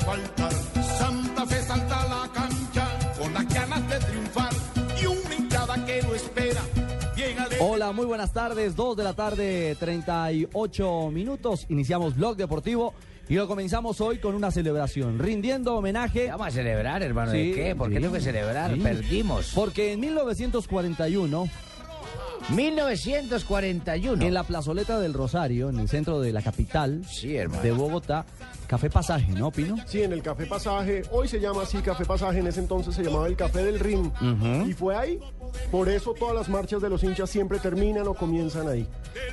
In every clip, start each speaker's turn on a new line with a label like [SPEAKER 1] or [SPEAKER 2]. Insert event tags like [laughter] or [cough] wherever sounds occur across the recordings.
[SPEAKER 1] faltar. Santa Fe salta a la cancha con las ganas de triunfar y una hinchada que lo espera. Bien alegre.
[SPEAKER 2] Hola, muy buenas tardes. 2 de la tarde, 38 minutos. Iniciamos Blog Deportivo y lo comenzamos hoy con una celebración, rindiendo homenaje.
[SPEAKER 3] Vamos a celebrar, hermano. ¿De
[SPEAKER 2] Sí,
[SPEAKER 3] qué? ¿Por qué
[SPEAKER 2] sí,
[SPEAKER 3] tengo que celebrar?
[SPEAKER 2] sí.
[SPEAKER 3] Perdimos.
[SPEAKER 2] Porque en 1941,
[SPEAKER 3] 1941.
[SPEAKER 2] en la plazoleta del Rosario, en el centro de la capital
[SPEAKER 3] Sí, hermano.
[SPEAKER 2] de Bogotá, Café Pasaje, ¿no, Pino?
[SPEAKER 4] Sí, en el Café Pasaje, hoy se llama así Café Pasaje, en ese entonces se llamaba el Café del Rin. Y fue ahí, por eso todas las marchas de los hinchas siempre terminan o comienzan ahí.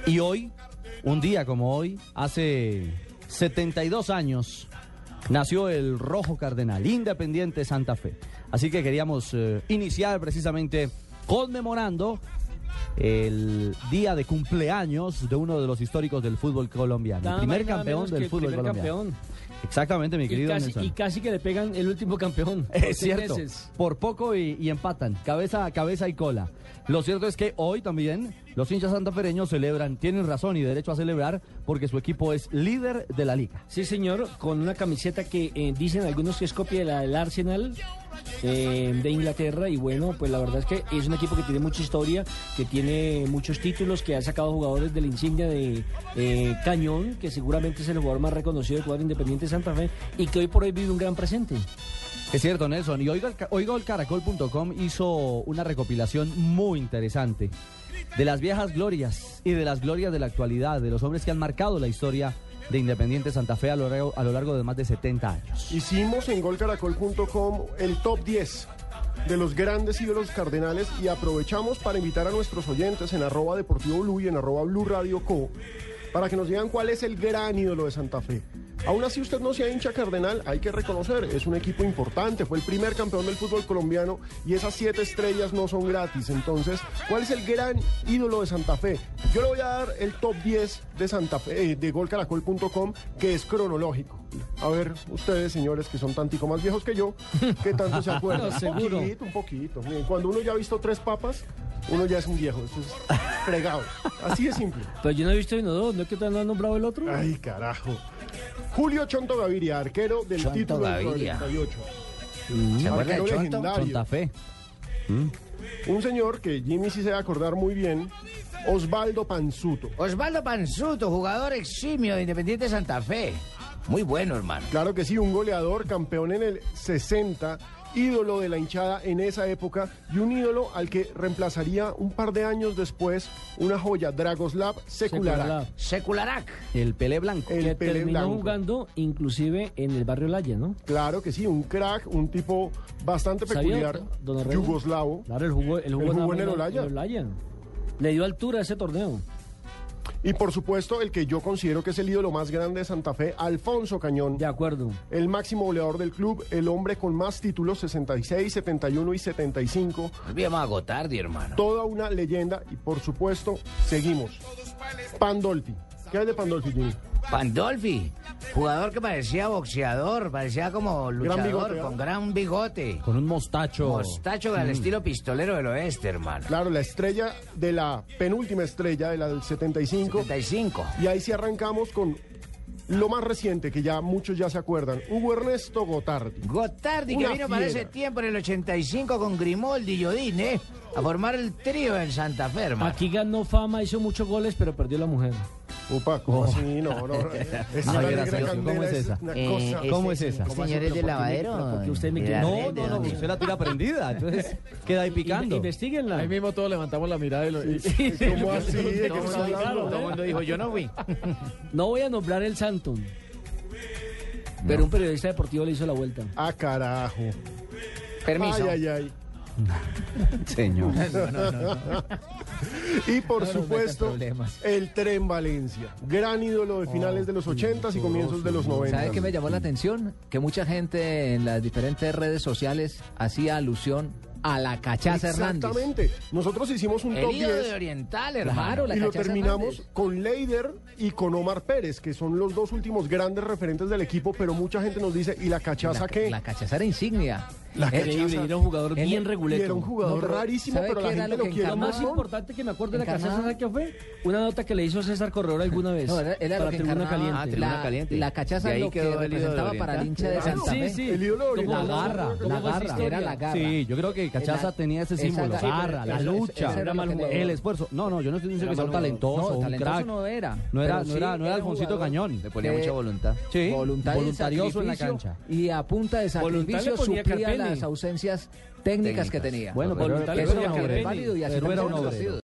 [SPEAKER 2] Y hoy, un día como hoy, hace 72 años, nació el Rojo Cardenal, Independiente Santa Fe. Así que queríamos eh, iniciar precisamente conmemorando el día de cumpleaños de uno de los históricos del fútbol colombiano, el
[SPEAKER 5] Nada
[SPEAKER 2] primer
[SPEAKER 5] más, nada
[SPEAKER 2] campeón
[SPEAKER 5] menos que
[SPEAKER 2] del
[SPEAKER 5] el
[SPEAKER 2] fútbol
[SPEAKER 5] primer
[SPEAKER 2] colombiano.
[SPEAKER 5] campeón.
[SPEAKER 2] Exactamente, mi
[SPEAKER 5] Y
[SPEAKER 2] querido
[SPEAKER 5] casi,
[SPEAKER 2] Nelson.
[SPEAKER 5] y casi que le pegan el último
[SPEAKER 3] [laughs]
[SPEAKER 5] campeón. por
[SPEAKER 2] Es
[SPEAKER 5] seis
[SPEAKER 2] cierto,
[SPEAKER 5] veces.
[SPEAKER 2] por poco y, y empatan, cabeza a cabeza y cola. Lo cierto es que hoy también los hinchas santafereños celebran, tienen razón y derecho a celebrar porque su equipo es líder de la liga.
[SPEAKER 5] Sí, señor, con una camiseta que eh, dicen algunos que es copia de la del Arsenal eh, de Inglaterra. Y bueno, pues la verdad es que es un equipo que tiene mucha historia, que tiene muchos títulos, que ha sacado jugadores de la insignia de eh, Cañón, que seguramente es el jugador más reconocido del jugador independiente de Santa Fe, y que hoy por hoy vive un gran presente.
[SPEAKER 2] Es cierto, Nelson. Y oiga, oigaolcaracol.com hizo una recopilación muy interesante de las viejas glorias y de las glorias de la actualidad, de los hombres que han marcado la historia de Independiente Santa Fe a lo largo, a lo largo de más de 70 años.
[SPEAKER 4] Hicimos en golcaracol.com el top 10 de los grandes ídolos cardenales y aprovechamos para invitar a nuestros oyentes en arroba deportivo blue y en arroba blue radio co para que nos digan cuál es el gran ídolo de Santa Fe. Aún así usted no sea hincha cardenal, hay que reconocer, es un equipo importante, fue el primer campeón del fútbol colombiano y esas siete estrellas no son gratis. Entonces, ¿cuál es el gran ídolo de Santa Fe? Yo le voy a dar el top 10 de Santa Fe, eh, de golcaracol.com, que es cronológico. A ver, ustedes, señores, que son tantico más viejos que yo, ¿qué
[SPEAKER 5] [laughs]
[SPEAKER 4] tanto se acuerdan?
[SPEAKER 5] No, seguro.
[SPEAKER 4] Un poquito, un poquito. Miren, cuando uno ya ha visto tres papas, uno ya es un viejo, eso es fregado. Así de simple.
[SPEAKER 5] Pero yo no he visto uno dos, ¿no es que todavía no han nombrado el otro?
[SPEAKER 4] Ay, carajo. Julio Chonto Gaviria, arquero del
[SPEAKER 3] Chonto
[SPEAKER 4] título del
[SPEAKER 3] Gaviria.
[SPEAKER 4] 48.
[SPEAKER 3] ¿Se acuerda de
[SPEAKER 4] Arquero
[SPEAKER 3] Chonto?
[SPEAKER 4] legendario.
[SPEAKER 2] Santa Fe.
[SPEAKER 4] Un señor que Jimmy sí se va a acordar muy bien, Osvaldo Panzuto.
[SPEAKER 3] Osvaldo Panzuto, jugador eximio de Independiente Santa Fe. Muy bueno, hermano.
[SPEAKER 4] Claro que sí, un goleador, campeón en el 60, ídolo de la hinchada en esa época y un ídolo al que reemplazaría un par de años después una joya, Dragoslav Secularac.
[SPEAKER 3] Secularac.
[SPEAKER 2] El Pelé Blanco.
[SPEAKER 5] que
[SPEAKER 4] El Pelé
[SPEAKER 5] terminó
[SPEAKER 4] Blanco.
[SPEAKER 5] jugando inclusive en el barrio Laya, ¿no?
[SPEAKER 4] Claro que sí, un crack, un tipo bastante
[SPEAKER 5] ¿Sabía,
[SPEAKER 4] peculiar,
[SPEAKER 5] don Arrego?
[SPEAKER 4] yugoslavo.
[SPEAKER 5] Claro, el jugó, el jugó,
[SPEAKER 4] ¿El jugó
[SPEAKER 5] nada
[SPEAKER 4] en
[SPEAKER 5] menos
[SPEAKER 4] el Olaya?
[SPEAKER 5] Le dio altura a ese torneo.
[SPEAKER 4] Y por supuesto, el que yo considero que es el ídolo más grande de Santa Fe, Alfonso Cañón.
[SPEAKER 5] De acuerdo.
[SPEAKER 4] El máximo goleador del club, el hombre con más títulos, 66, 71 y 75.
[SPEAKER 3] Volvíamos Pues a Gotardi, hermano.
[SPEAKER 4] Toda una leyenda y por supuesto, seguimos. Pandolfi. ¿Qué hay de Pandolfi, Jimmy?
[SPEAKER 3] Pandolfi, jugador que parecía boxeador, parecía como luchador,
[SPEAKER 4] bigote, ¿eh?
[SPEAKER 3] con gran bigote.
[SPEAKER 2] Con un mostacho.
[SPEAKER 3] Mostacho al estilo pistolero del oeste, hermano.
[SPEAKER 4] Claro, la estrella de la penúltima estrella, de la del 75.
[SPEAKER 3] 75.
[SPEAKER 4] Y ahí sí arrancamos con lo más reciente, que ya muchos ya se acuerdan, Hugo Ernesto Gotardi.
[SPEAKER 3] Gotardi, que
[SPEAKER 4] Una
[SPEAKER 3] vino para
[SPEAKER 4] fiera.
[SPEAKER 3] ese tiempo en el 85 con Grimoldi y Godine a formar el trío en Santa Fe, hermano.
[SPEAKER 5] Aquí ganó fama, hizo muchos goles, pero perdió la mujer.
[SPEAKER 4] Upa, ¿cómo
[SPEAKER 2] [laughs]
[SPEAKER 4] así? No, no. Es
[SPEAKER 2] Ay,
[SPEAKER 4] una negra
[SPEAKER 2] gracioso,
[SPEAKER 4] candela,
[SPEAKER 2] Oh. ¿cómo es
[SPEAKER 4] es
[SPEAKER 2] esa?
[SPEAKER 4] una
[SPEAKER 3] Eh,
[SPEAKER 4] cosa.
[SPEAKER 3] este
[SPEAKER 2] ¿Cómo es esa?
[SPEAKER 3] señor- Señores
[SPEAKER 4] ¿Cómo
[SPEAKER 3] de
[SPEAKER 4] así?
[SPEAKER 3] lavadero.
[SPEAKER 5] Porque usted me
[SPEAKER 3] de
[SPEAKER 5] quiere-
[SPEAKER 3] la
[SPEAKER 2] No,
[SPEAKER 3] red,
[SPEAKER 2] no, no,
[SPEAKER 3] hombre.
[SPEAKER 2] usted la tira prendida,
[SPEAKER 6] [laughs]
[SPEAKER 2] entonces queda ahí picando.
[SPEAKER 5] Investíguenla.
[SPEAKER 7] Ahí mismo todos levantamos la mirada y lo... y-
[SPEAKER 4] ¿Cómo así? ¿De
[SPEAKER 7] Todo
[SPEAKER 4] qué
[SPEAKER 7] el
[SPEAKER 4] está
[SPEAKER 7] mundo-
[SPEAKER 4] hablando?
[SPEAKER 7] todo el
[SPEAKER 3] ¿eh?
[SPEAKER 7] mundo dijo, yo no fui.
[SPEAKER 5] No voy a nombrar el Santon. Pero un periodista deportivo le hizo la vuelta.
[SPEAKER 4] Ah, carajo.
[SPEAKER 3] Permiso.
[SPEAKER 4] Ay, ay,
[SPEAKER 6] [laughs]
[SPEAKER 4] ay. [laughs]
[SPEAKER 2] Señor.
[SPEAKER 4] Y por
[SPEAKER 7] No nos metan
[SPEAKER 4] supuesto,
[SPEAKER 7] problemas.
[SPEAKER 4] el Tren Valencia. Gran ídolo de finales de los 80s y comienzos de los 90.
[SPEAKER 6] Oh, ¿Sabe qué me llamó la atención? Que mucha gente en las diferentes redes sociales hacía alusión a la cachaza Hernández.
[SPEAKER 4] Exactamente. Nosotros hicimos un
[SPEAKER 3] El
[SPEAKER 4] top
[SPEAKER 3] ídolo de
[SPEAKER 4] 10
[SPEAKER 3] Oriental, hermano.
[SPEAKER 6] Claro, la
[SPEAKER 4] y lo
[SPEAKER 6] cachaza
[SPEAKER 4] terminamos
[SPEAKER 6] Hernández.
[SPEAKER 4] con Leider y con Omar Pérez, que son los dos últimos grandes referentes del equipo, pero mucha gente nos dice, ¿y la cachaza
[SPEAKER 6] La,
[SPEAKER 4] qué?
[SPEAKER 6] la cachaza era insignia.
[SPEAKER 4] La
[SPEAKER 5] Increíble,
[SPEAKER 4] cachaza.
[SPEAKER 5] era un jugador
[SPEAKER 6] Él-
[SPEAKER 5] bien
[SPEAKER 4] Y
[SPEAKER 5] reguleto.
[SPEAKER 4] era un jugador
[SPEAKER 6] No, pero
[SPEAKER 4] rarísimo,
[SPEAKER 6] ¿sabe
[SPEAKER 4] pero la
[SPEAKER 6] qué era
[SPEAKER 4] gente
[SPEAKER 6] lo
[SPEAKER 4] lo
[SPEAKER 6] que
[SPEAKER 4] quiere
[SPEAKER 5] Lo más
[SPEAKER 4] mucho.
[SPEAKER 5] importante que me acuerdo de la
[SPEAKER 6] Encarnado.
[SPEAKER 5] casa, ¿sabe qué fue? Una nota que le hizo César Corredor alguna vez.
[SPEAKER 6] No, era, era
[SPEAKER 5] para
[SPEAKER 6] lo que
[SPEAKER 5] Tribuna
[SPEAKER 6] encarnaba Ah,
[SPEAKER 5] Caliente.
[SPEAKER 6] la-
[SPEAKER 7] Ah, Tribuna Caliente.
[SPEAKER 6] La cachaza
[SPEAKER 7] De ahí
[SPEAKER 6] lo que
[SPEAKER 7] quedó el ídolo de
[SPEAKER 6] representaba para el
[SPEAKER 7] Oriental.
[SPEAKER 6] hincha de
[SPEAKER 4] Claro.
[SPEAKER 6] Santa
[SPEAKER 4] Sí,
[SPEAKER 6] Fe.
[SPEAKER 4] sí. El ídolo de
[SPEAKER 5] ¿Cómo-
[SPEAKER 4] Oriental.
[SPEAKER 2] La garra,
[SPEAKER 5] cómo
[SPEAKER 2] la
[SPEAKER 5] fue esa
[SPEAKER 2] garra,
[SPEAKER 5] historia?
[SPEAKER 6] era la garra.
[SPEAKER 2] Sí, yo creo que Cachaza
[SPEAKER 6] Esa-
[SPEAKER 2] tenía ese
[SPEAKER 6] esa
[SPEAKER 2] símbolo, la
[SPEAKER 6] garra.
[SPEAKER 2] garra, la
[SPEAKER 6] Ese-
[SPEAKER 2] lucha,
[SPEAKER 6] ese era mal jugador.
[SPEAKER 2] el esfuerzo. No, no, yo no estoy diciendo que sea un
[SPEAKER 6] No,
[SPEAKER 2] talentoso, un
[SPEAKER 6] talentoso
[SPEAKER 2] crack.
[SPEAKER 6] no era.
[SPEAKER 2] No era,
[SPEAKER 6] pero
[SPEAKER 2] no
[SPEAKER 6] sí
[SPEAKER 2] era, no era Alfonsito
[SPEAKER 6] jugador
[SPEAKER 2] Cañón.
[SPEAKER 7] Le ponía
[SPEAKER 6] Eh,
[SPEAKER 7] mucha voluntad.
[SPEAKER 2] Sí,
[SPEAKER 6] Voluntad y
[SPEAKER 2] voluntarioso en la
[SPEAKER 6] sacrificio,
[SPEAKER 2] cancha.
[SPEAKER 6] Y a punta de
[SPEAKER 5] Voluntad le
[SPEAKER 6] sacrificio
[SPEAKER 5] ponía
[SPEAKER 6] suplía
[SPEAKER 5] Carpelli.
[SPEAKER 6] las ausencias técnicas que
[SPEAKER 7] Técnicas.
[SPEAKER 6] tenía.
[SPEAKER 2] Bueno,
[SPEAKER 6] Pero
[SPEAKER 2] pero,
[SPEAKER 5] Voluntad
[SPEAKER 2] pero
[SPEAKER 5] le
[SPEAKER 2] era
[SPEAKER 5] ponía
[SPEAKER 2] un
[SPEAKER 5] Carpelli.
[SPEAKER 2] obrero.
[SPEAKER 6] válido y así
[SPEAKER 2] Pero era un
[SPEAKER 6] funciona el
[SPEAKER 2] obrero.
[SPEAKER 6] partido.